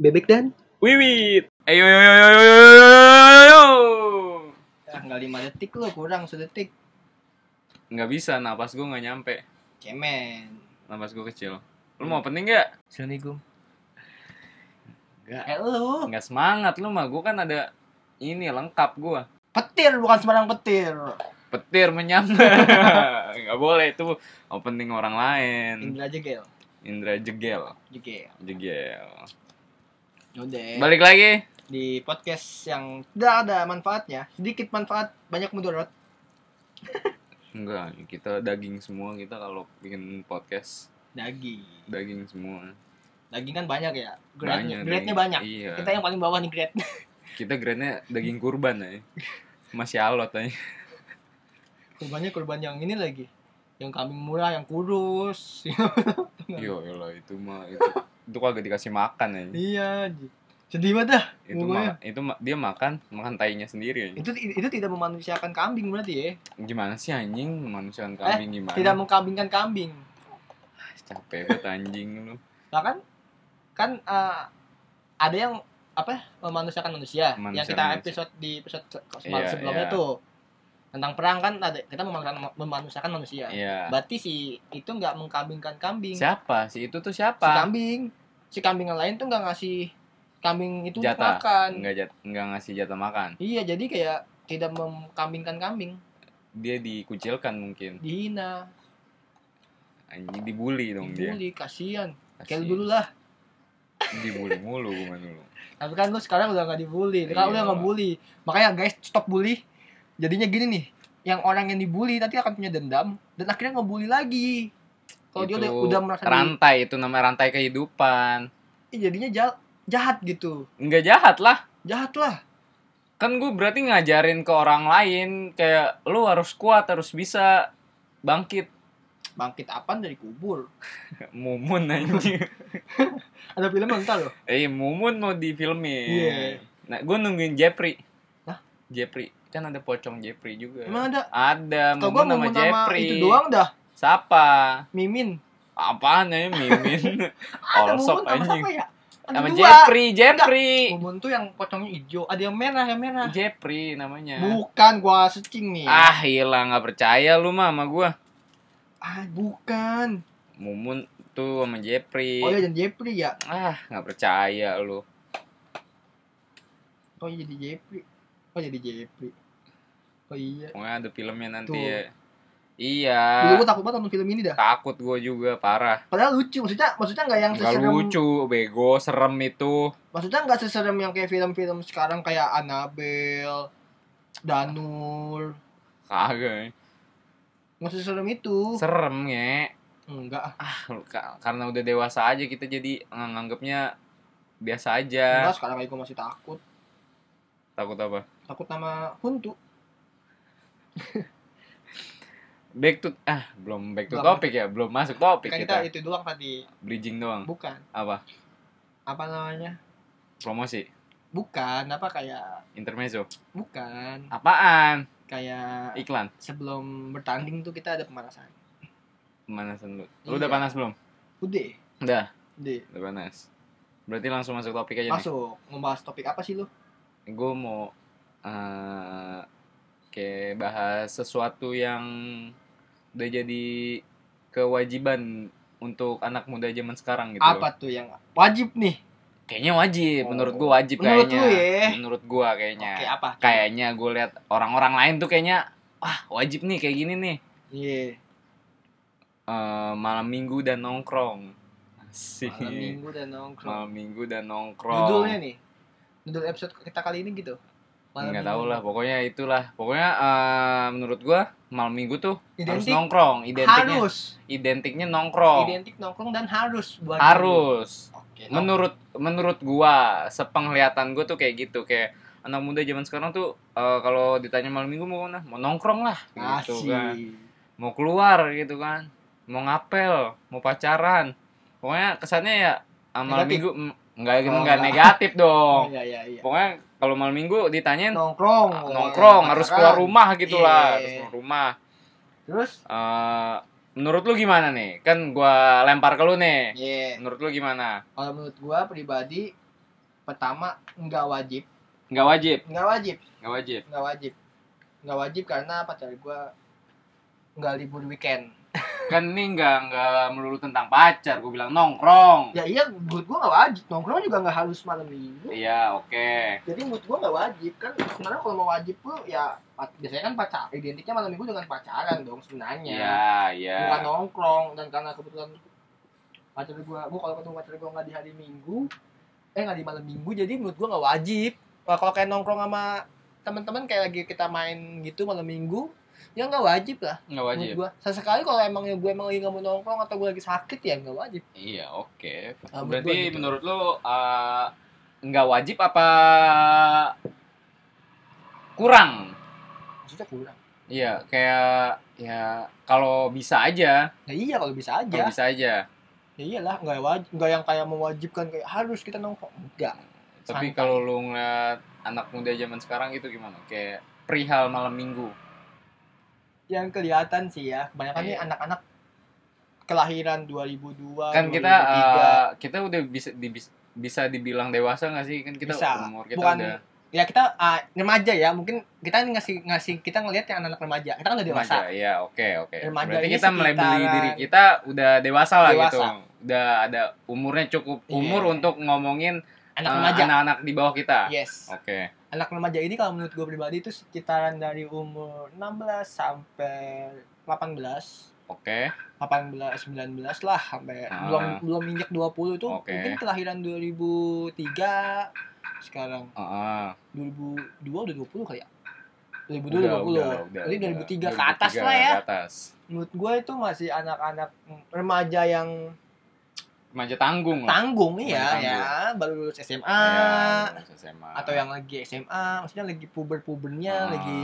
Bebek dan Wiwit. Ayo yo yo yo yo yo yo yo, yo. Tinggal 5 detik lo kurang sedetik. Nggak bisa napas gue nggak nyampe. Cemen. Napas gue kecil. Lu mau opening nggak? Assalamualaikum. Nggak. Eh lu Nggak semangat lu mah gue kan ada ini lengkap gue. petir bukan sembarang petir. Petir menyambar. Nggak boleh itu opening orang lain. Indra jegel. Indra jegel, Jegel. jegel. Udah. Balik lagi. Di podcast yang tidak ada manfaatnya, sedikit manfaat, banyak mudarat. Enggak, kita daging semua kita kalau bikin podcast Daging. daging semua. Daging kan banyak ya. Grade-nya Banyak grade-nya daging. banyak. Iya. Kita yang paling bawah nih grade. Kita grade-nya daging kurban ya. Masih alot eh. aja. Kurbannya kurban yang ini lagi. Yang kambing murah, yang kurus. Yo, yolah, itu mah itu itu kagak dikasih makan aja. iya. Ji. Sedih banget dah. Itu Pokoknya. mah itu ma- dia makan makan tainya sendiri. aja. Itu itu tidak memanusiakan kambing berarti ya. Gimana sih anjing manusiaan kambing gimana? Eh, Tidak mengkambingkan kambing. Ah, Capek banget anjing lu. bahkan kan eh, ada yang apa ya, memanusiakan manusia Memanusiakan yang kita manusia. episode di episode se- Iya, sebelumnya iya. tuh tentang perang kan ada kita memanusiakan, memanusiakan manusia Iya. berarti si itu nggak mengkambingkan kambing Siapa sih itu tuh si siapa? kambing si kambing yang lain tuh nggak ngasih kambing itu untuk Jatah. makan Enggak jat, enggak ngasih jatah makan. iya jadi kayak tidak mengkambingkan kambing Dia dikucilkan mungkin. dihina Anjing dibully dong dia. dibully kasihan kayak Kasihan. lu dulu lah dibully mulu gue dulu. tapi kan lu sekarang udah nggak dibully kan lu Iya. yang ngebully makanya guys stop bully jadinya gini nih yang orang yang dibully nanti akan punya dendam dan akhirnya ngebully lagi kalau dia Itu udah, udah merasa di- rantai itu namanya rantai kehidupan. Ih, jadinya ja- jahat gitu Enggak jahat lah. jahat lah Kan gue berarti ngajarin ke orang lain kayak lu harus kuat, harus bisa bangkit. bangkit apaan dari kubur Mumun anjing. ada film nonton loh eh, Mumun mau difilmin. Iya. Nah, gue nungguin Jepri. Hah? Jepri kan ada pocong Jepri juga. emang ada Ada kalau Mumun gua nama mau nama Jepri. itu doang dah Siapa? mimin Apaan ya Mimin? ada Olsop mumun sama anjing. siapa ya ada Nama dua Jepri, Jepri. mumun tuh yang pocongnya hijau ada yang merah yang merah Jepri namanya. bukan gua searching nih ah, Iya. Ah, hilang nggak percaya lu mah sama gua. Ah, bukan Mumun tuh sama Jepri. oh iya dan Jepri ya Ah, nggak percaya lu. Oh iya jadi Jepri. Oh jadi Jepri. Oh iya. Pokoknya ada filmnya nanti Tuh. ya. Iya. Dulu gue takut banget nonton film ini dah. Takut gua juga parah. Padahal lucu, maksudnya maksudnya nggak yang Enggak seserem. lucu, bego, serem itu. Maksudnya nggak seserem yang kayak film-film sekarang kayak Annabelle, Danur. Kagak. eh. Nggak seserem itu. Serem ya. Enggak. Karena udah dewasa aja kita jadi ngang- nganggepnya biasa aja. Enggak, sekarang aja gue masih takut. Takut apa? Takut sama hantu. Back to ah, belum back to Belum. topik ya, belum masuk topik Kan kita. kita Hmm. itu doang tadi. Bridging doang. Bukan. Apa? Apa namanya? Promosi, Bukan. Apa kayak intermezzo. bukan Apaan? kayak Iklan. sebelum bertanding tuh kita ada pemanasan. pemanasan lu. Lu Iya. udah panas belum? Udah. Udah. Udah. Udah panas. Berarti langsung masuk topik aja Masuk. Membahas topik apa sih lu? nih. Gue mau eh kayak bahas sesuatu yang udah jadi kewajiban untuk anak muda zaman sekarang gitu. apa tuh yang wajib nih Kayaknya wajib, Oh. menurut gua wajib Menurut kayaknya. lu ya? Menurut gua kayaknya. oke apa Kayaknya gue lihat orang-orang lain tuh kayaknya wah, wajib nih kayak gini nih. iya Eh, malam Minggu dan nongkrong. Asik. malam minggu dan nongkrong Malam Minggu dan nongkrong. judulnya nih judul episode kita kali ini gitu Minggu. nggak tahu lah pokoknya itulah pokoknya eh, menurut gua malam minggu tuh harus identik nongkrong identiknya harus identiknya nongkrong identik nongkrong dan harus buat harus ini. oke nongkrong. menurut menurut gua sepenglihatan gua tuh kayak gitu kayak anak muda zaman sekarang tuh eh, kalau ditanya malam minggu mau mana mau nongkrong lah gitu kan Asik. mau keluar gitu kan mau ngapel mau pacaran pokoknya kesannya ya ah, malam Negatif. minggu mm, nggak Oh, nggak nggak. negatif oh dong iya iya iya pokoknya kalau malam minggu ditanyain nongkrong Ah, nongkrong harus keluar pacaran. rumah gitu lah Iya. harus keluar rumah terus Eh, menurut lu gimana nih kan gua lempar ke lu nih iya menurut lu gimana kalau menurut gua pribadi pertama nggak wajib nggak wajib nggak wajib nggak wajib nggak wajib nggak wajib karena pacar gue nggak libur weekend kan ini nggak nggak melulu tentang pacar gue bilang nongkrong ya iya menurut gue nggak wajib nongkrong juga nggak harus malam minggu iya oke jadi menurut gue nggak wajib kan sebenarnya kalau mau wajib tuh ya pat- biasanya kan pacar identiknya malam minggu dengan pacaran dong sebenarnya iya bukan iya nongkrong dan karena kebetulan pacar gua gua kalau ketemu pacar gua nggak di hari minggu eh nggak di malam minggu jadi menurut gua nggak wajib Wah, kalau kayak nongkrong sama teman-teman kayak lagi kita main gitu malam minggu ya nggak wajib lah nggak wajib menurut gua sesekali kalau emangnya gua emang lagi nggak mau nongkrong atau gua lagi sakit ya nggak wajib iya oke Ah, menurut berarti gua gitu. menurut lo eh, nggak wajib apa kurang maksudnya kurang iya kayak ya kalau bisa aja ya iya kalau bisa kalau aja bisa aja ya iyalah nggak wajib nggak yang kayak mewajibkan kayak harus kita nongkrong enggak Santai. tapi kalau lo ngeliat anak muda zaman sekarang itu gimana kayak perihal malam minggu Oh, yang kelihatan sih ya kebanyakan nih Iya. anak-anak kelahiran 2002 kan kita 2003. eh, kita udah bisa dibis- bisa dibilang dewasa nggak sih kan kita Bisa. umur kita Bukan udah ya kita ah, remaja ya mungkin kita ini ngasih ngasih kita ngelihat yang anak-anak remaja kita kan udah dewasa remaja ya oke oke Remaja berarti ini kita melebeli sekitaran- diri kita udah dewasa lah Dewasa. gitu udah ada umurnya cukup Iya. umur untuk ngomongin anak eh, Oh. remaja Iya. anak-anak di bawah kita yes oke anak remaja ini kalau menurut gue pribadi itu sekitaran dari umur 16 sampai 18 oke 18 19 lah sampai Ah. belum belum injek 20 tuh Oke. mungkin kelahiran 2003 sekarang Heeh. 2002 udah 20 kali ya Udah, 2002 udah, 2020 udah, jadi 2003 udah. ke atas 2003 lah ya ke atas menurut gue itu masih anak-anak remaja yang remaja tanggung lah tanggung iya Tanggung. ya baru lulus SMA Ya, lulus SMA. atau yang lagi SMA maksudnya lagi puber-pubernya Ah. lagi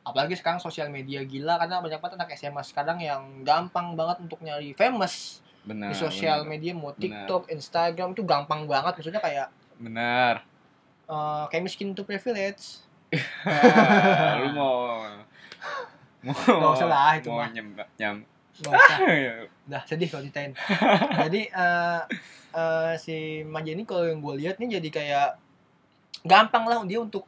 apalagi sekarang sosial media gila karena banyak banget anak SMA sekarang yang gampang banget untuk nyari famous benar di sosial Nah, benar. media mau Benar. TikTok, Instagram tuh gampang banget maksudnya kayak benar eh, kayak miskin to privilege Ah, lu mau mau Nggak usah lah, itu mau mah. Iya. nyembah nyam Nggak usah. Udah sedih kalau ceritain. jadi eh eh, si Maja ini kalau yang gue lihat nih jadi kayak gampang lah dia untuk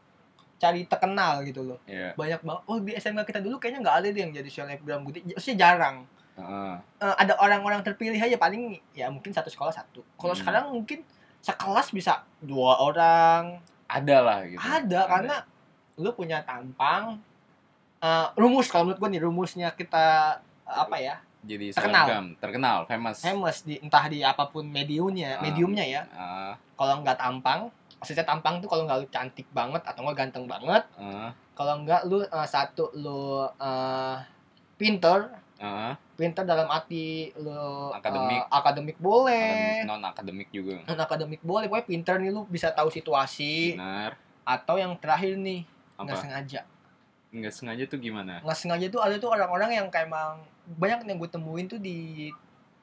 cari terkenal gitu loh. Iya. Banyak banget. Oh di SMA kita dulu kayaknya nggak ada deh yang jadi selebgram gitu. Maksudnya jarang. Heeh. Eh, ada orang-orang terpilih aja paling ya mungkin satu sekolah satu. Kalau Hmm. sekarang mungkin sekelas bisa dua orang. ada lah gitu Ada karena lu punya tampang. eh, rumus kalau menurut gue nih rumusnya kita eh, apa ya jadi terkenal. selebgram terkenal famous famous di entah di apapun mediumnya Ah. mediumnya ya Ah, kalau nggak tampang maksudnya tampang tuh kalau nggak lu cantik banget atau nggak ganteng banget ah, kalau nggak lu eh, satu lu eh, pinter ah. pinter dalam arti lu eh, Akademik. akademik Akadem- boleh non akademik nah. juga non akademik boleh pokoknya pinter nih lu bisa tahu situasi benar atau yang terakhir nih nggak Nah. apa sengaja nggak sengaja tuh gimana nggak sengaja tuh ada tuh orang-orang yang kayak emang banyak yang gue temuin tuh di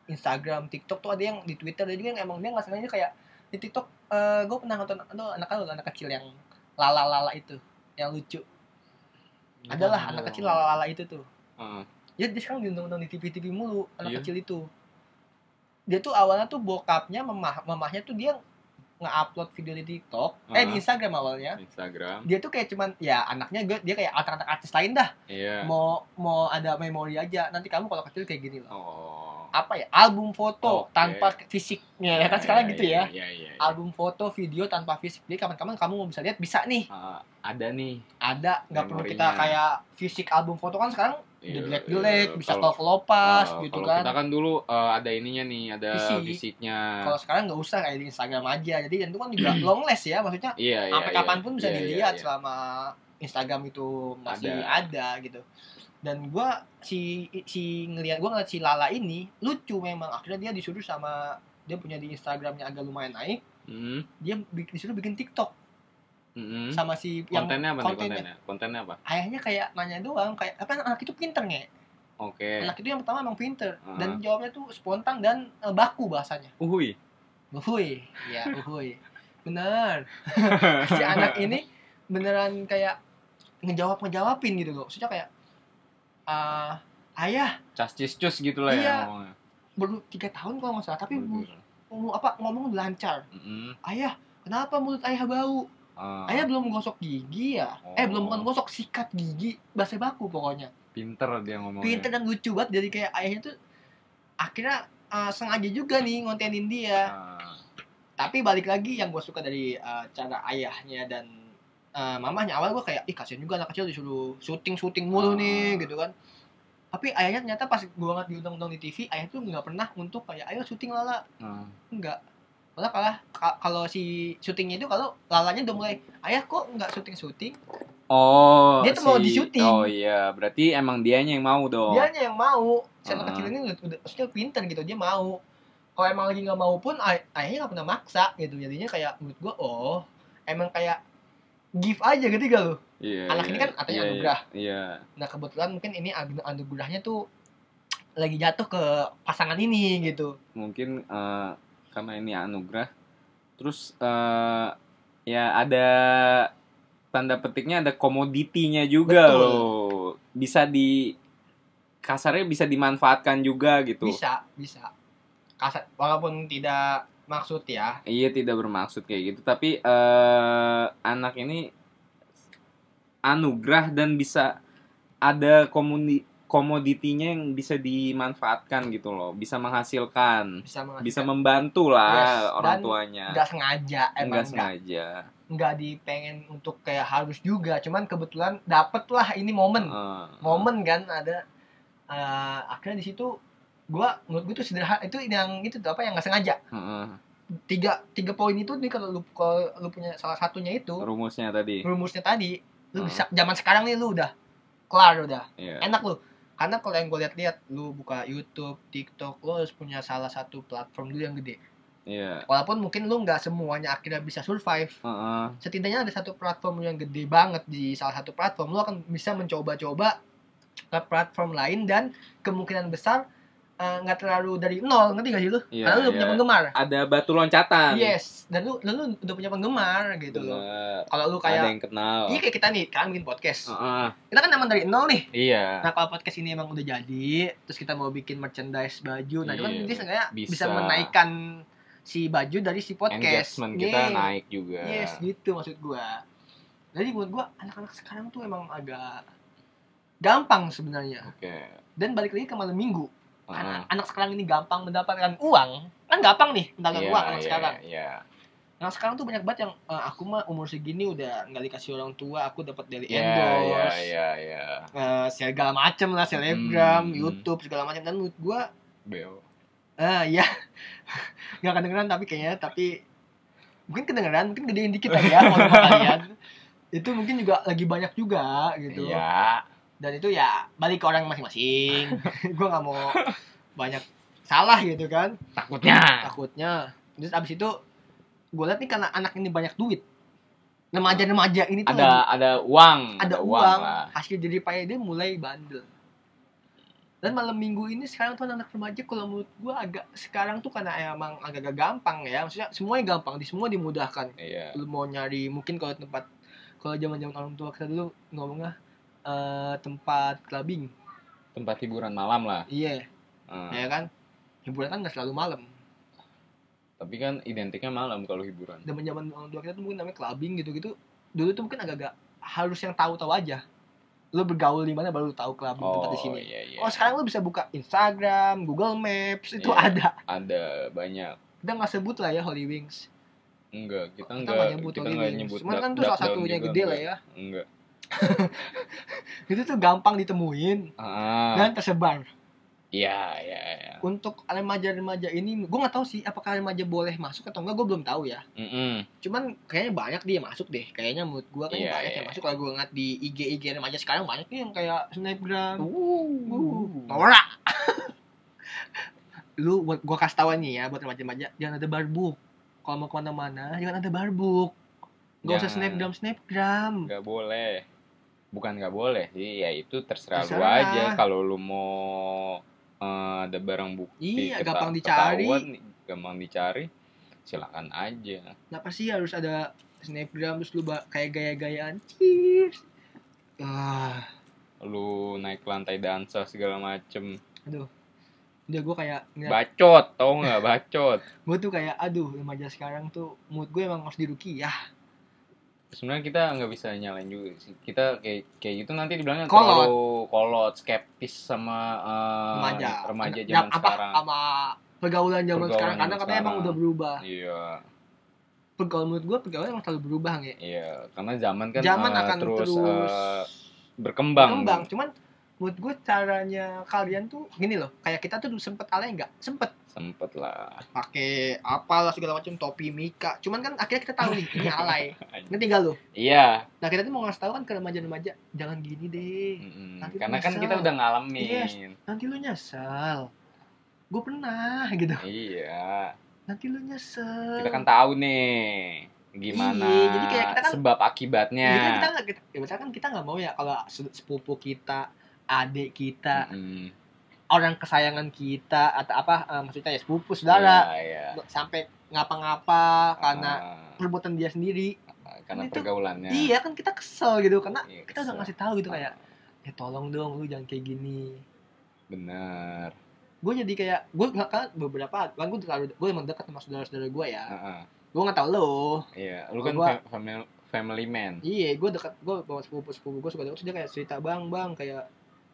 Instagram, TikTok tuh ada yang di Twitter ada juga yang emang dia nggak sengaja kayak di TikTok eh gue pernah nonton aduh, anak anak anak kecil yang lala lala itu yang lucu adalah anak kecil lala lala itu tuh Heeh. ya dia sekarang diundang-undang di TV TV mulu anak Iya. kecil itu dia tuh awalnya tuh bokapnya memah mamahnya tuh dia nge-upload video di TikTok eh di Ah. Instagram awalnya Instagram dia tuh kayak cuman ya anaknya gue dia kayak anak-anak artis lain dah iya mau mau ada memori aja nanti kamu kalau kecil kayak gini loh oh apa ya album foto Oke. tanpa fisiknya ya kan sekarang gitu ya iya, iya, iya. album foto video tanpa fisik jadi kapan-kapan kamu mau bisa lihat bisa nih Ah, ada nih ada nggak perlu kita Memorinya. kayak fisik album foto kan sekarang Iya, udah jelek-jelek iya. bisa Kalau- kalau kelopas Ah, gitu kalau kan kita kan dulu eh, ada ininya nih ada Fisik. fisiknya kalau sekarang nggak usah kayak di Instagram aja jadi dan itu kan juga long last ya maksudnya iya iya sampai iya. kapanpun bisa Iya, iya, dilihat iya. selama Instagram itu masih ada, Ada. gitu dan gua si si ngelihat gua ngeliat si Lala ini lucu memang akhirnya dia disuruh sama dia punya di Instagramnya agak lumayan naik Mm, dia bi- disuruh bikin TikTok mm, mm. sama si yang kontennya apa nih kontennya. kontennya kontennya apa ayahnya kayak nanya doang kayak apa anak itu pinter nge oke anak itu yang pertama emang pinter Iya. Ah. dan jawabnya tuh spontan dan eh, baku bahasanya uhui uhuy ya uhuy bener si anak ini beneran kayak ngejawab ngejawabin gitu loh maksudnya kayak ah ayah cascis cus gitu lah Iya. ya ngomongnya baru tiga tahun kalau nggak salah tapi Betul. ngomong apa ngomong lancar Mm-mm. ayah kenapa mulut ayah bau Hmm, Ah, ayah belum gosok gigi ya eh Oh. belum bukan gosok sikat gigi bahasa baku pokoknya pinter dia ngomongnya. pinter dan lucu banget jadi kayak ayahnya tuh akhirnya eh, sengaja juga nih ngontenin dia Ah, tapi balik lagi yang gue suka dari uh, cara ayahnya dan uh, mamahnya awal gue kayak ih kasihan juga anak kecil disuruh syuting syuting mulu Ah. nih gitu kan tapi ayahnya ternyata pas gue ngeliat diundang-undang di TV ayah tuh nggak pernah untuk kayak ayo syuting lala ah. nggak malah kalah ka- kalau si syutingnya itu kalau lalanya udah mulai ayah kok nggak syuting syuting Oh, Dia tuh mau di-syuting. Oh iya, berarti emang dianya yang mau dong. dianya yang mau si anak Ah. kecil ini udah, udah maksudnya pinter gitu dia mau kalau emang lagi nggak mau pun ay- ayahnya nggak pernah maksa gitu jadinya kayak menurut gue oh emang kayak give aja gitu gak lu Iya, anak ini iya, kan katanya iya, iya, anugerah. Iya. nah kebetulan mungkin ini anu- anugerahnya tuh lagi jatuh ke pasangan ini gitu Mungkin eh, karena ini anugerah. Terus eh, ya ada tanda petiknya ada komoditinya juga Betul. loh. Bisa di kasarnya bisa dimanfaatkan juga gitu. bisa bisa kasar walaupun tidak maksud ya Iya tidak bermaksud kayak gitu, tapi eh anak ini anugerah dan bisa ada komuni komoditinya yang bisa dimanfaatkan gitu loh, bisa menghasilkan, bisa menghasilkan. bisa membantu lah Yes, orang dan tuanya. nggak sengaja emang Enggak nggak sengaja. nggak dipengen untuk kayak harus juga cuman kebetulan dapet lah ini momen Eh, momen kan ada eh, akhirnya di situ gua menurut gua tuh sederhana itu yang itu tuh apa yang nggak sengaja eh, tiga tiga poin itu nih kalau lu kalau lu punya salah satunya itu rumusnya tadi. rumusnya tadi lu Hmm. bisa zaman sekarang nih lu udah kelar udah Iya. enak lu karena kalau yang gue lihat-lihat lu buka YouTube TikTok lu harus punya salah satu platform dulu yang gede Iya. walaupun mungkin lu nggak semuanya akhirnya bisa survive Eh, eh, setidaknya ada satu platform yang gede banget di salah satu platform lu akan bisa mencoba-coba ke platform lain dan kemungkinan besar eh, nggak terlalu dari nol ngerti gak sih lu Iya, karena lu udah iya. punya penggemar Ada batu loncatan. yes dan lu, lu, lu udah punya penggemar gitu loh Bener. kalau lu Ada kayak yang kenal. iya kayak kita nih kan bikin Eh, podcast eh, kita kan emang dari nol nih Iya. Nah kalau podcast ini emang udah jadi, terus kita mau bikin merchandise baju, nah itu kan Iya, jadi seenggaknya bisa. bisa. menaikkan si baju dari si podcast. Engagement kita nah, Yes. naik juga. Yes, gitu maksud gua. Jadi menurut gua anak-anak sekarang tuh emang agak gampang sebenarnya. Oke. Dan balik lagi ke malam minggu, Eh, eh. anak, anak sekarang ini gampang mendapatkan uang. Kan gampang nih mendapatkan Iya, uang anak iya, sekarang. Iya. Anak sekarang tuh banyak banget yang "Eh, aku mah umur segini udah nggak dikasih orang tua, aku dapat dari Iya, endorse. iya, iya, iya. eh, segala macem lah selebgram Hmm. YouTube segala macam dan menurut gue Beo. eh ya nggak kedengeran tapi kayaknya tapi mungkin kedengeran mungkin gedein dikit kali ya kalau sama kalian itu mungkin juga lagi banyak juga gitu Iya. dan itu ya balik ke orang masing-masing gue nggak mau banyak salah gitu kan Takutnya. takutnya terus abis itu gue liat nih karena anak ini banyak duit remaja-remaja ini tuh Ada ada uang. Hmm, ada uang, ah. lah. hasil jerih payah dia mulai bandel. Dan malam minggu ini sekarang tuh anak remaja kalau menurut gua agak sekarang tuh karena emang agak-agak gampang ya, maksudnya semuanya gampang, di semua dimudahkan. Iya. Lu mau nyari mungkin kalau tempat kalau zaman-zaman orang tua kita dulu ngomongnya eh, tempat clubbing, Tempat hiburan malam lah. iya, Eh, ya kan? Hiburan kan nggak selalu malam. Tapi kan identiknya malam kalau hiburan. Zaman-zaman orang tua kita tuh mungkin namanya clubbing gitu-gitu. Dulu tuh mungkin agak-agak harus yang tahu-tahu aja. Lu bergaul di mana baru lu tahu clubbing tempat di sini. iya, iya. Oh sekarang lu bisa buka Instagram, Google Maps itu Iya. ada. ada banyak. Kita nggak sebut lah ya Holy Wings. Enggak, kita Kita enggak nggak nyebut kita Holy enggak Wings. nyebut. Cuman Duck- kan tuh salah Duck Down satunya juga gede lah enggak. ya. Enggak. Itu tuh gampang ditemuin Ah. dan tersebar. Iya, iya, iya. Untuk remaja-remaja ini, gue nggak tahu sih apakah remaja boleh masuk atau enggak, gue belum tahu ya. Mm-mm. Cuman kayaknya banyak dia masuk deh. Kayaknya menurut gue kan Iya, banyak iya. yang masuk. Kalau gue ngeliat di IG-IG remaja sekarang banyak nih yang kayak snapgram. Uh. Norak. lu buat gua kasih tauan nih ya buat remaja-remaja jangan ada barbuk kalau mau kemana-mana jangan ada barbuk nggak usah Jangan. snapgram snapgram nggak boleh bukan nggak boleh sih ya itu terserah, lu Terserah. aja kalau lu mau eh, ada barang bukti Iya, keta- gampang dicari. ketahuan, gampang dicari silakan aja kenapa sih harus ada snapgram terus lu ba- kayak gaya-gayaan cheers ah lu naik ke lantai dansa segala macem udah gue kayak ngeliat Bacot, tau nggak bacot? gue tuh kayak aduh remaja sekarang tuh mood gue emang harus dirukiah Sebenarnya kita nggak bisa nyalain juga sih. Kita kayak kayak gitu nanti dibilangnya Kolot. terlalu kolot, skeptis sama eh, remaja remaja Nah, zaman apa, sekarang. sama pergaulan zaman Pergaulan sekarang karena zaman katanya emang sekarang. udah berubah Iya, pergaulan menurut gue pergaulan emang selalu berubah ya iya. Karena zaman kan zaman eh, akan terus, eh, berkembang. berkembang. cuman menurut gue caranya kalian tuh gini loh kayak kita tuh dulu sempet alay nggak sempet Sempet lah. pakai apalah segala macam topi mika cuman kan akhirnya kita tahu nih ini alay ngerti gak lo Iya. nah kita tuh mau ngasih tahu kan ke remaja-remaja jangan gini deh mm-mm. Nanti Karena bisa. kan Iya. kita udah ngalamin. Yes. nanti lu nyesel gue pernah gitu Iya. nanti lu nyesel Kita kan tahu nih gimana Eh. Iya, jadi kayak kita kan- sebab akibatnya. Jadi kan kita nggak kita, ya misalkan kita nggak mau ya kalau se- sepupu kita, adik kita, Mm-mm. orang kesayangan kita atau apa eh, maksudnya ya sepupu saudara Iya, iya. sampai ngapa-ngapa karena Ah, perbuatan dia sendiri. karena itu- pergaulannya. Iya kan kita kesel gitu karena Iya, kita udah kesel. ngasih tahu gitu kayak ya tolong dong lu jangan kayak gini. Bener. Gue jadi kayak gue nggak kan beberapa kan gue terlalu gue emang dekat sama saudara-saudara gue ya. Ah, ah. Gue nggak tahu lo. Iya, lu kan Gua- family, family man. Iya gue dekat gue bawa sepupu sepupu gue suka dekat terus dia kayak cerita bang bang kayak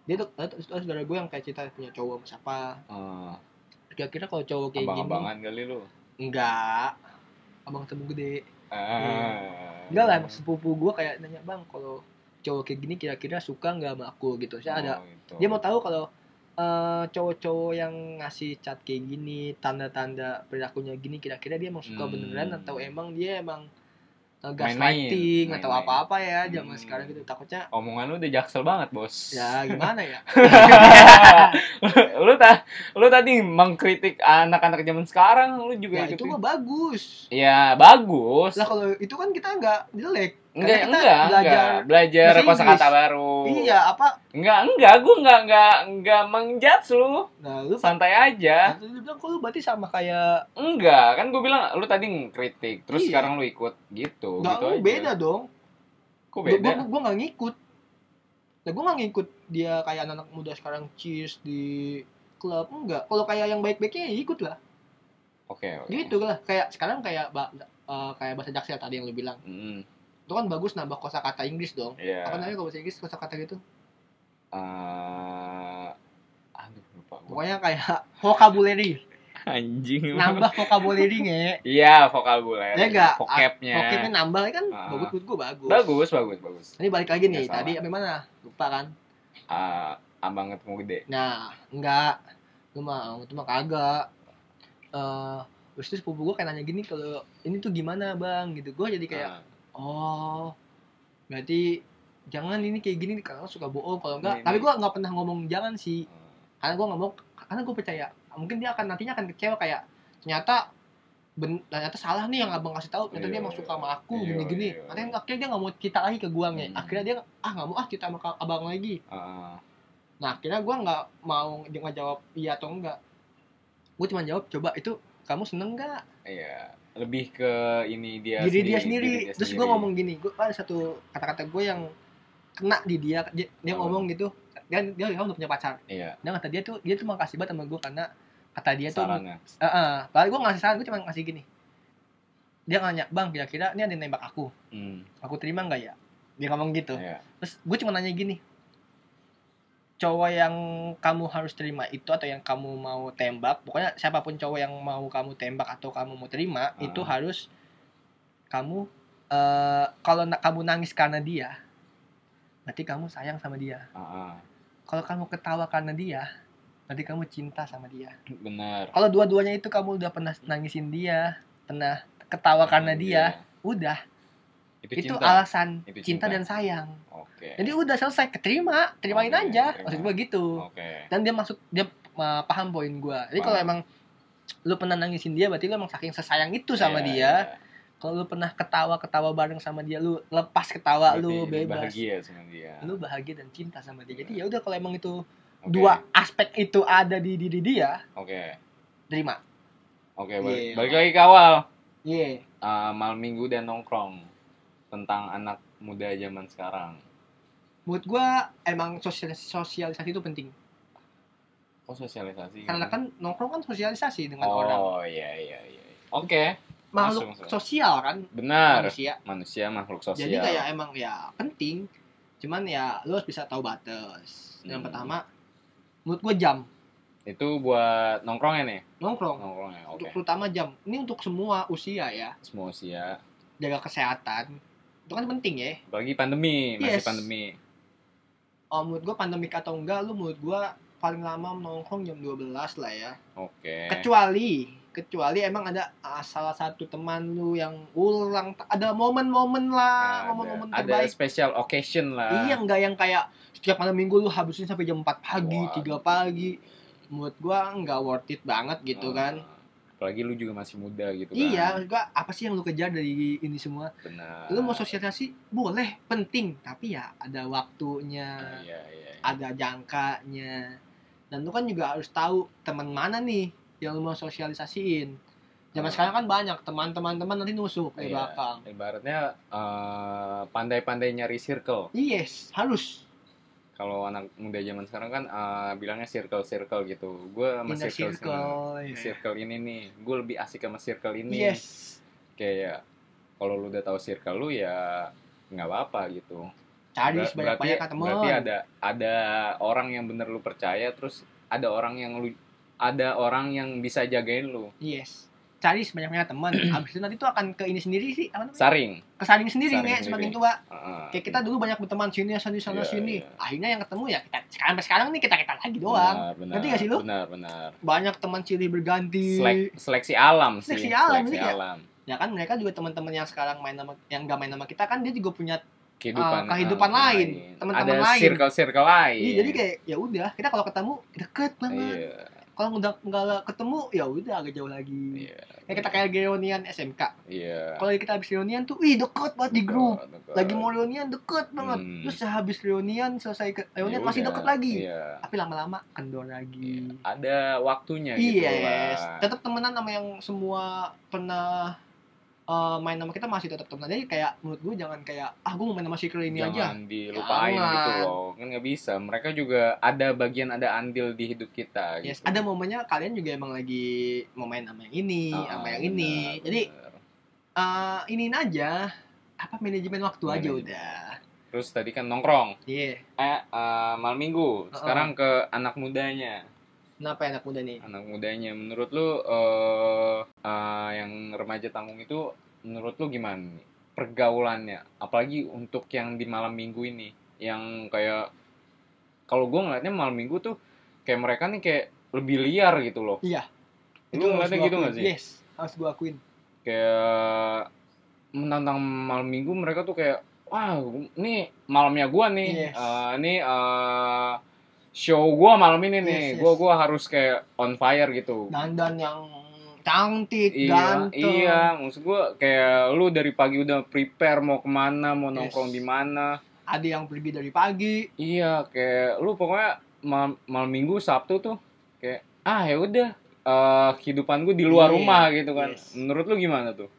dia tuh ada tuh saudara gue yang kayak cerita punya cowok sama siapa Ah, kira-kira kalau cowok Eh, kayak gini Abang-abangan kali lu. enggak abang temu gede Ah. Iya. enggak lah emang sepupu gue kayak nanya bang kalau cowok kayak gini kira-kira suka nggak sama aku gitu saya Oh, ada gitu. dia mau tahu kalau eh, cowok-cowok yang ngasih cat kayak gini tanda-tanda perilakunya gini kira-kira dia emang suka Hmm. beneran atau emang dia emang eh, Main-main, gaslighting atau main-main. apa-apa ya zaman Hmm. sekarang gitu takutnya Omongan lu udah jaksel banget, Bos. ya gimana ya lu ta lu tadi mengkritik anak-anak zaman sekarang, lu juga ya itu ikutin. mah bagus Iya, bagus. lah kalau itu kan kita nggak jelek Karena kita Enggak, enggak, belajar enggak. Belajar bahasa kosakata Inggris. baru. iya apa Enggak, enggak, gua enggak enggak enggak mengjudge lu. nah lu Santai aja. Terus dia bilang, kok lu berarti sama kayak Enggak, kan gua bilang lu tadi ngkritik, terus Iya. sekarang lu ikut gitu, nggak gitu lu aja. beda dong. Kok Gue beda? gua, gua nggak ngikut. Nah, gua nggak ngikut dia kayak anak-anak muda sekarang cheers di klub enggak. Kalau kayak yang baik-baiknya ya ikut lah. Oke, oke. Gitu lah. Kayak sekarang kayak ba- eh, kayak bahasa Jaksel tadi yang lu bilang. Mm, Itu kan bagus nambah kosakata Inggris dong. Iya. Apa namanya kalau bahasa Inggris kosakata gitu? Eh, aduh, lupa gua. Pokoknya kayak vocabulary, Anjing. lu. nambah vocabulary nge. Iya, vocabulary. Ya enggak? Vocabnya. Vocabnya nambah kan Iya. Ah. bagus menurut gua bagus. Bagus, bagus, bagus. Ini balik lagi nih, Nggak salah. tadi apa mana? Lupa kan? Eh, abang ketemu gede. Nah, enggak. Lu mah itu mah kagak. Eh, terus tuh sepupu gue kayak nanya gini kalau ini tuh gimana, Bang? gitu. Gue jadi kayak, Ah, "Oh, berarti jangan ini kayak gini karena suka bohong kalau enggak." Ini- Tapi ini. gue nggak pernah ngomong jangan sih. ah. Karena gue nggak mau karena gue percaya mungkin dia akan nantinya akan kecewa kayak ternyata ben, ternyata salah nih yang abang kasih tahu ternyata Iya, dia emang suka sama aku iya, gini-gini iya. Nanti akhirnya dia nggak mau cerita lagi ke gue nge Hmm. akhirnya dia ah nggak mau ah cerita sama ka- abang lagi Ah, Nah, akhirnya gue nggak mau nggak jawab iya atau enggak. Gue cuma jawab, coba itu kamu seneng nggak? iya. Lebih ke ini dia diri dia Iya sendiri, sendiri. diri dia Terus gue sendiri. ngomong gini, gue ada satu kata-kata gue yang kena di dia. Dia, dia Apa? ngomong gitu, dia dia, dia udah punya pacar. Iya, Dia kata dia tuh dia tuh makasih banget sama gue karena kata dia tuh, sarannya. eh, eh. padahal gue ngasih saran, gue cuma ngasih gini. Dia nanya, bang kira-kira ini ada yang nembak aku, Hmm, aku terima nggak ya? Dia ngomong gitu. iya. Terus gue cuma nanya gini, cowok yang kamu harus terima itu atau yang kamu mau tembak, pokoknya siapapun cowok yang mau kamu tembak atau kamu mau terima Ah. itu harus kamu eh kalau na- kamu nangis karena dia, berarti kamu sayang sama dia. Ah, ah. Kalau kamu ketawa karena dia, berarti kamu cinta sama dia. Benar. Kalau dua-duanya itu kamu udah pernah nangisin dia, pernah ketawa karena dia, udah Iya. Oh, itu, Itu, cinta. alasan Itu cinta cinta. dan sayang. Oke. Jadi udah selesai, keterima, terimain Oke, aja. terima. Maksud gue gitu. Oke. Dan dia masuk dia uh, paham poin gue. Jadi kalau Paham. emang lu pernah nangisin dia berarti lu emang saking sesayang itu sama Iya, dia. iya. Kalau lu pernah ketawa-ketawa bareng sama dia, lu lepas ketawa lu Berarti bebas. Iya, Bahagia sama dia. Lu bahagia dan cinta sama dia. Jadi Iya. ya udah kalau emang itu Oke, dua aspek itu ada di diri dia, Oke. terima. Oke, balik, Iya. balik lagi ke awal. Iya. Eh, malam minggu dan nongkrong tentang anak muda zaman sekarang. Menurut gua emang sosial sosialisasi itu penting. Oh sosialisasi. Karena kan nongkrong kan sosialisasi dengan orang. Oh iya iya iya. Oke, Makhluk langsung, langsung. sosial kan benar. manusia. Manusia makhluk sosial. Jadi kayak emang ya penting. Cuman ya lu harus bisa tahu batas. Yang Hmm. pertama menurut gua jam itu buat nongkrongnya nih. nongkrong. Nongkrongnya. Oh, Oke. Untuk terutama jam. Ini untuk semua usia ya. Semua usia. Jaga kesehatan. Itu kan penting ya. Apalagi pandemi, masih Yes. pandemi. Oh, menurut gua pandemik atau enggak lu menurut gua paling lama nongkrong jam 12 lah ya. Oke. kecuali kecuali emang ada ah, salah satu teman lu yang ulang ta- ada momen-momen lah Ada, momen-momen ada terbaik special occasion lah. iya enggak yang kayak setiap malam minggu lu habisin sampai jam 4 pagi 3 Wah. pagi menurut gua nggak worth it banget gitu Ah, kan Apalagi lu juga masih muda gitu iya kan. maksud gua apa sih yang lu kejar dari ini semua Benar. lu mau sosialisasi boleh penting tapi ya ada waktunya Iya, iya. iya. ada jangkanya dan lu kan juga harus tahu teman mana nih yang lu mau sosialisasiin zaman Hmm. sekarang kan banyak teman-teman teman nanti nusuk dari Iya. belakang Ibaratnya eh, pandai-pandai nyari circle. yes harus Kalau anak muda zaman sekarang kan eh, bilangnya circle-circle gitu. Gue sama inner circle, circle sini. ya. circle ini nih. Gue lebih asik sama circle ini. yes Kayak kalau lu udah tahu circle lu ya nggak apa-apa gitu. cari Ber- sebanyak-banyak berarti- teman Berarti ada ada orang yang bener lu percaya, terus ada orang yang lu ada orang yang bisa jagain lu. yes cari sebanyak-banyak teman habis itu nanti tuh akan ke ini sendiri sih apa namanya? Saring. kesaring sendiri Saring nih sendiri. semakin tua Heeh. kayak kita dulu banyak berteman sini sana sana Iya, sini iya. akhirnya yang ketemu ya kita sekarang sampai sekarang nih kita kita lagi doang Benar, benar, Ngerti nggak sih lu? Benar, benar. banyak teman silih berganti Selek- seleksi alam sih. Seleksi alam, Seleksi jadi kayak- alam. ya kan mereka juga teman-teman yang sekarang main sama yang gak main sama kita kan dia juga punya Kehidupan, eh, kehidupan eh, lain, teman-teman ada lain. circle-circle lain. Ih, jadi kayak ya udah kita kalau ketemu deket banget Iya, kalau udah nggak ketemu ya udah agak jauh lagi iya. kayak kita kayak reunian SMK Iya. kalau kita habis reunian tuh ih deket banget di grup Betul, betul. lagi mau reunian deket banget Kan. Hmm. terus habis reunian selesai ke Ya reunian masih udah, deket lagi Hmm. Iya. tapi lama-lama kendor lagi Iya, Ada waktunya gitu Yes, lah. tetap temenan sama yang semua pernah eh, main sama kita masih tetap temenan. Jadi kayak menurut gue jangan kayak ah gue mau main sama circle ini aja. Ya jangan dilupain Jangan. gitu loh kan nggak bisa mereka juga ada bagian ada andil di hidup kita Yes, gitu. ada momennya kalian juga emang lagi mau main sama yang ini, Ah, sama yang benar, ini. benar. Jadi eh iniin aja apa manajemen waktu aja Manajemen. udah. terus tadi kan nongkrong Iya. eh eh, malam minggu sekarang ke anak mudanya Kenapa anak muda nih? anak mudanya menurut lu eh eh, yang remaja tanggung itu menurut lu gimana nih pergaulannya apalagi untuk yang di malam minggu ini yang kayak kalau gue ngeliatnya malam minggu tuh kayak mereka nih kayak lebih liar gitu loh Iya. lu harus ngeliatnya gua gitu nggak akuin. sih Yes, harus gue akuin. kayak menantang malam minggu mereka tuh kayak wah ini malamnya gua nih Yes. Eh, ini eh, show gua malam ini nih Yes, yes. gua gua harus kayak on fire gitu Dandan yang cantik, iya ganteng. iya maksud gua kayak lu dari pagi udah prepare mau kemana mau Yes. nongkrong di mana Ada yang pergi dari pagi, iya kayak lu pokoknya mal- malam minggu sabtu tuh kayak ah ya udah eh, kehidupan gua di luar Iya, rumah gitu kan yes. menurut lu gimana tuh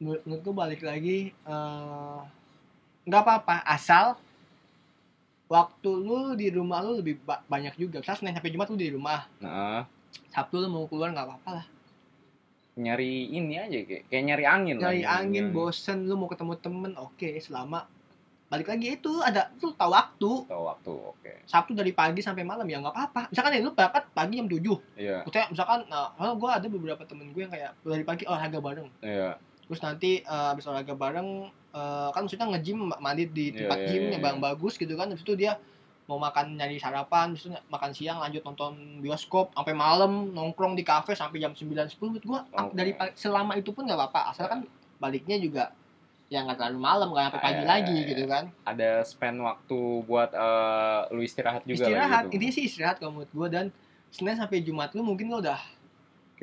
menurut, menurut gue balik lagi eh, nggak apa-apa asal waktu lu di rumah lu lebih ba- banyak juga misalnya senin sampai jumat lu di rumah nah sabtu lu mau keluar nggak apa-apa lah nyari ini aja kayak, kayak nyari angin lah. nyari iya. angin bosen lu mau ketemu temen oke selama balik lagi itu ada lu tahu waktu Tahu waktu, oke. sabtu dari pagi sampai malam ya nggak apa-apa misalkan ya lu berangkat pagi jam 7 Iya, Maksudnya, misalkan nah, gue ada beberapa temen gue yang kayak dari pagi olahraga bareng iya. terus nanti eh, habis olahraga bareng eh, kan maksudnya nge-gym mandi di Iya, tempat iya, gym iya, yang iya. bang bagus gitu kan habis itu dia mau makan nyari sarapan terus makan siang lanjut nonton bioskop sampai malam nongkrong di kafe sampai jam 9 10 menurut gua am- Oke. dari pa- selama itu pun nggak apa-apa asal kan baliknya juga ya nggak terlalu malam nggak sampai Ah, pagi iya, lagi iya, gitu kan Ada spend waktu buat eh, lu istirahat juga lah istirahat gitu. intinya sih istirahat kalau menurut gua dan Senin sampai Jumat lu mungkin lu udah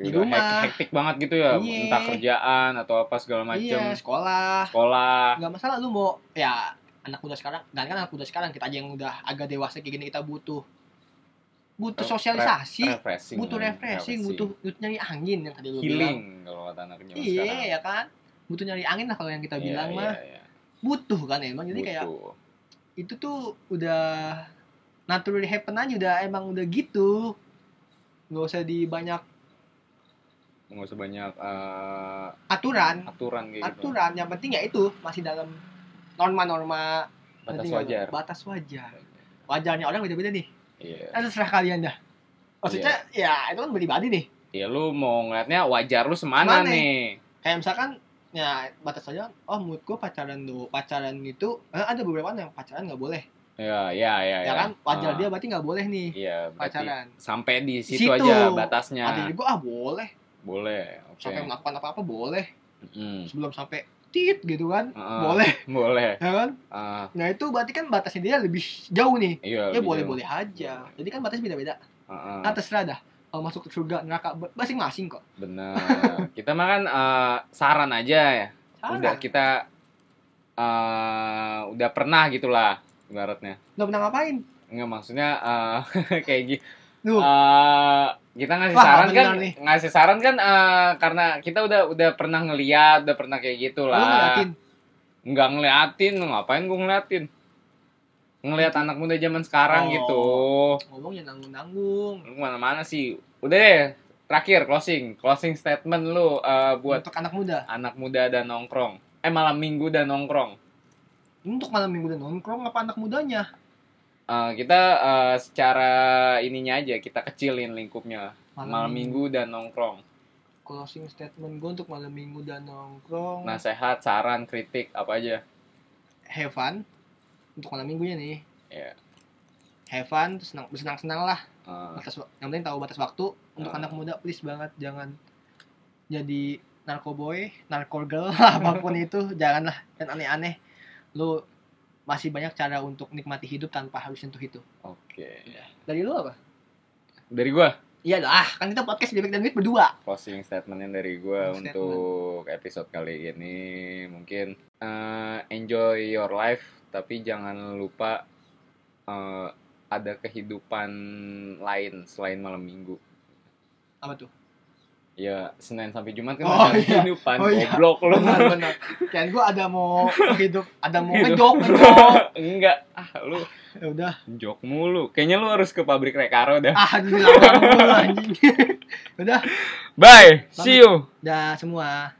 Kayak di udah rumah. hek- hektik banget gitu ya, Iya. entah kerjaan atau apa segala macem, iya sekolah sekolah. nggak masalah lu mau ya anak muda sekarang dan kan anak muda sekarang kita aja yang udah agak dewasa kayak gini kita butuh butuh Re- sosialisasi refreshing. ya butuh refreshing butuh, butuh nyari angin yang tadi lu bilang healing kalau kata anak zaman sekarang. iya ya kan butuh nyari angin lah kalau yang kita Iya, bilang iya, mah iya. butuh kan emang jadi kayak Butuh. itu tuh udah naturally happen aja udah emang udah gitu nggak usah dibanyak nggak usah banyak eh, aturan aturan kayak gitu aturan yang penting ya itu masih dalam norma-norma batas Nanti wajar nggak- batas wajar wajarnya orang beda-beda nih iya Nah, terserah kalian dah maksudnya ya itu kan pribadi nih ya lu mau ngeliatnya wajar lu semana Semana. nih kayak misalkan ya batas wajar oh menurut gua pacaran do pacaran itu eh, ada beberapa orang yang pacaran nggak boleh ya ya ya ya kan wajar Ah. dia berarti nggak boleh nih iya berarti pacaran sampai di Di situ, situ. ada aja batasnya juga ah boleh boleh oke sampai melakukan apa-apa boleh Mm. sebelum sampai tit gitu kan Ah, boleh boleh ya kan Ah, nah itu berarti kan batasnya dia lebih jauh nih iya ya gitu. boleh-boleh aja jadi kan batas beda-beda Ah, ah. nah terserah dah kalau masuk ke surga neraka be- masing-masing kok Benar. kita mah kan eh, saran aja ya. Saran. Udah kita eh, udah pernah gitulah ibaratnya. Lo pernah ngapain Enggak maksudnya eh, kayak gitu. lu kita ngasih Wah, saran kan benar nih. ngasih saran kan eh, karena kita udah udah pernah ngeliat, udah pernah kayak lu gitulah. ngeliatin Enggak ngeliatin, ngapain gua ngeliatin? Ngeliat anak muda zaman sekarang Oh. gitu. ngomong ya nanggung-nanggung Lu kemana-mana sih. Udah deh, terakhir closing, closing statement lu eh, buat untuk anak muda anak muda dan nongkrong eh malam minggu dan nongkrong untuk malam minggu dan nongkrong apa anak mudanya Eh, kita eh, secara ininya aja kita kecilin lingkupnya malam minggu dan nongkrong closing statement gue untuk malam minggu dan nongkrong nasehat saran kritik apa aja have fun untuk malam minggunya nih Iya. have fun terus senang bersenang senang lah Eh, batas wa- yang penting tahu batas waktu untuk Ah. anak muda please banget jangan jadi narkoboy narkogirl apapun itu janganlah dan aneh-aneh lu masih banyak cara untuk nikmati hidup tanpa harus sentuh itu oke Iya. dari lu apa dari gua iya lah kan kita podcast bebek dan duit berdua closing statementnya dari gua Closing untuk episode kali ini mungkin eh, enjoy your life tapi jangan lupa eh, ada kehidupan lain selain malam minggu apa tuh ya senin sampai jumat kan Oh, ada iya. kehidupan Oh, iya. goblok lu benar benar kan gue ada mau hidup ada mau Hidup. ngejok ngejok Enggak, ah lu ya udah jok mulu. Kayaknya lu harus ke pabrik Rekaro dah. ah aduh dilarang mulu anjing Bye, see you. udah semua